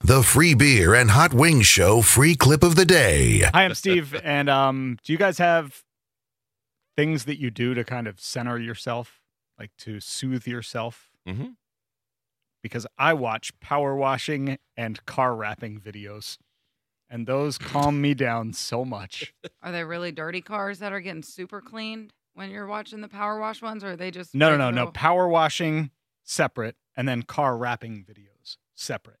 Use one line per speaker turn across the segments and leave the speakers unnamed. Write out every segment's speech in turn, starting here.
The free beer and hot wings show free clip of the day.
Hi, I'm Steve, and um, do you guys have things that you do to kind of center yourself, like to soothe yourself?
Mm-hmm.
Mhm.
Because I watch power washing and car wrapping videos, and those calm me down so much.
Are they really dirty cars that are getting super cleaned when you're watching the power wash ones, or are they just
No, no, no, no.
regular-
Power washing separate, and then car wrapping videos separate.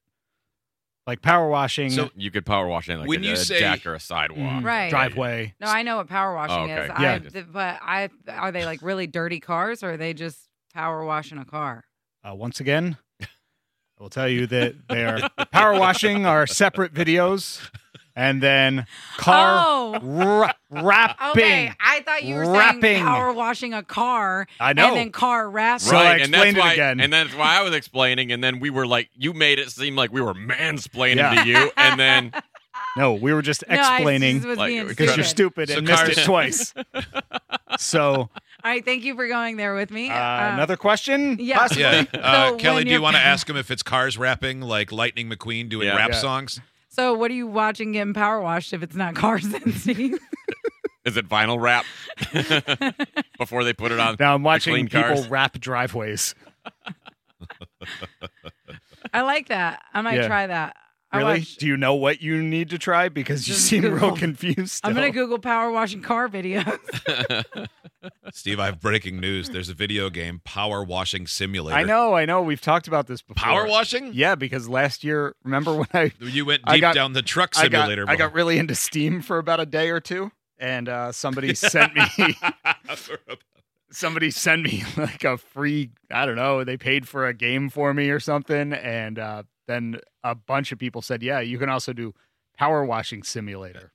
Like power washing,
So you Mm-hmm. could power wash anything like
When
a,
you
a
say-
deck or a sidewalk.
mm,
Right.
driveway.
No, I know what power washing
okay.
is.
Oh, Yeah.
I, th- but I are they like really dirty cars, or are they just power washing a car?
Uh, once again, I will tell you that they are power washing are separate videos, and then car
Oh,
ra- wrapping.
okay. I thought you were
Wrapping.
saying power washing a car
I know.
and then car wrapping.
So I
Right, and that's
explained it
why,
again.
and that's why I was explaining, and then we were like, you made it seem like we were mansplaining
Yeah.
to you, and then
no, we were just
No, I
explaining
just was
like,
being
because you're stupid
So
and missed
cars-
it twice. so
All right, thank you for going there with me.
uh,
Uh,
another question.
yeah.
Possibly?
Yeah. Uh,
So
Kelly,
when
do you
you're-
want to ask him if it's cars rapping like Lightning McQueen doing
Yeah.
rap
Yeah.
songs?
So, what are you watching getting power washed if it's not cars and Steve?
is it vinyl wrap before they put it on?
Now I'm watching
clean
people
cars.
wrap driveways.
I like that. I might
Yeah.
try that. I
Really?
watched-
Do you know what you need to try? Because you
Just
seem real
Google.
confused.
I'm
still.
gonna Google power washing car videos.
Steve, I have breaking news. There's a video game, Power Washing Simulator.
I know, I know. We've talked about this before.
Power washing?
Yeah, because last year, remember when I
You went
I
deep
got-
down the truck
I got,
simulator.
I got really into Steam for about a day or two, and uh, somebody sent me somebody sent me like a free I don't know they paid for a game for me or something, and uh, then a bunch of people said, yeah, you can also do power washing simulator.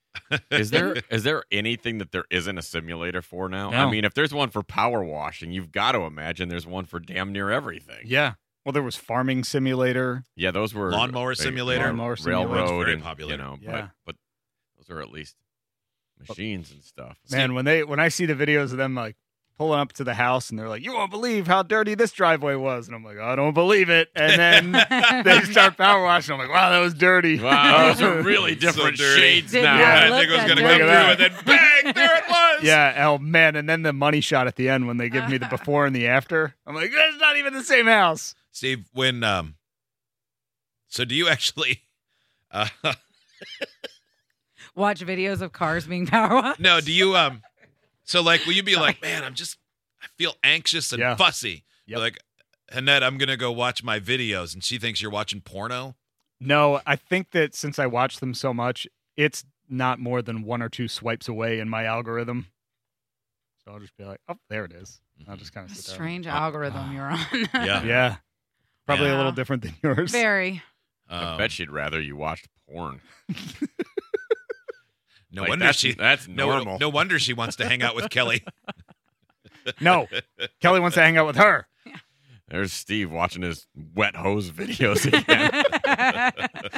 Is there is there anything that there isn't a simulator for now?
No.
I mean, if there's one for power washing, you've got to imagine there's one for damn near everything.
Yeah. Well, there was farming simulator.
Yeah, those were
Lawnmower
they-
simulator.
Lawnmower simulator.
railroad,
Very
and,
popular.
You know,
Yeah.
but, but those are at least machines and stuff.
Man, when they when I see the videos of them like pulling up to the house and they're like, "You won't believe how dirty this driveway was," and I'm like, "I don't believe it," and then. they start power washing. I'm like, wow, that was dirty.
wow, those are really different
dirty.
shades
Did
now.
not
Yeah,
I think it was
that
going to
dirty.
come through,
Look at
and then bang, there it was.
yeah, oh man, and then the money shot at the end when they give me the before and the after. I'm like, that's not even the same house.
Steve, when um, so do you actually? Uh,
Watch videos of cars being power washed.
no, do you um? So like, will you be like, man, I'm just, I feel anxious and
Yeah.
fussy.
Yep.
Like, Annette, I'm gonna go watch my videos, and she thinks you're watching porno.
No, I think that since I watch them so much, it's not more than one or two swipes away in my algorithm. So I'll just be like, oh, there it is. I'll just kind
What
of
a
sit there.
strange algorithm you're on.
uh,
Yeah.
Yeah, probably a
Yeah.
little different than yours.
Very.
I
Um,
bet she'd rather you watched porn.
No
Like,
wonder
that's,
she.
that's
No,
normal.
no wonder she wants to hang out with Kelly.
No, Kelly wants to hang out with her.
There's Steve watching his wet hose videos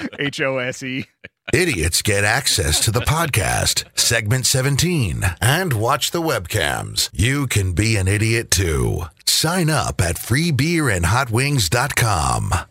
again.
H O S E.
Idiots get access to the podcast, segment 17, and watch the webcams. You can be an idiot too. Sign up at freebeerandhotwings.com.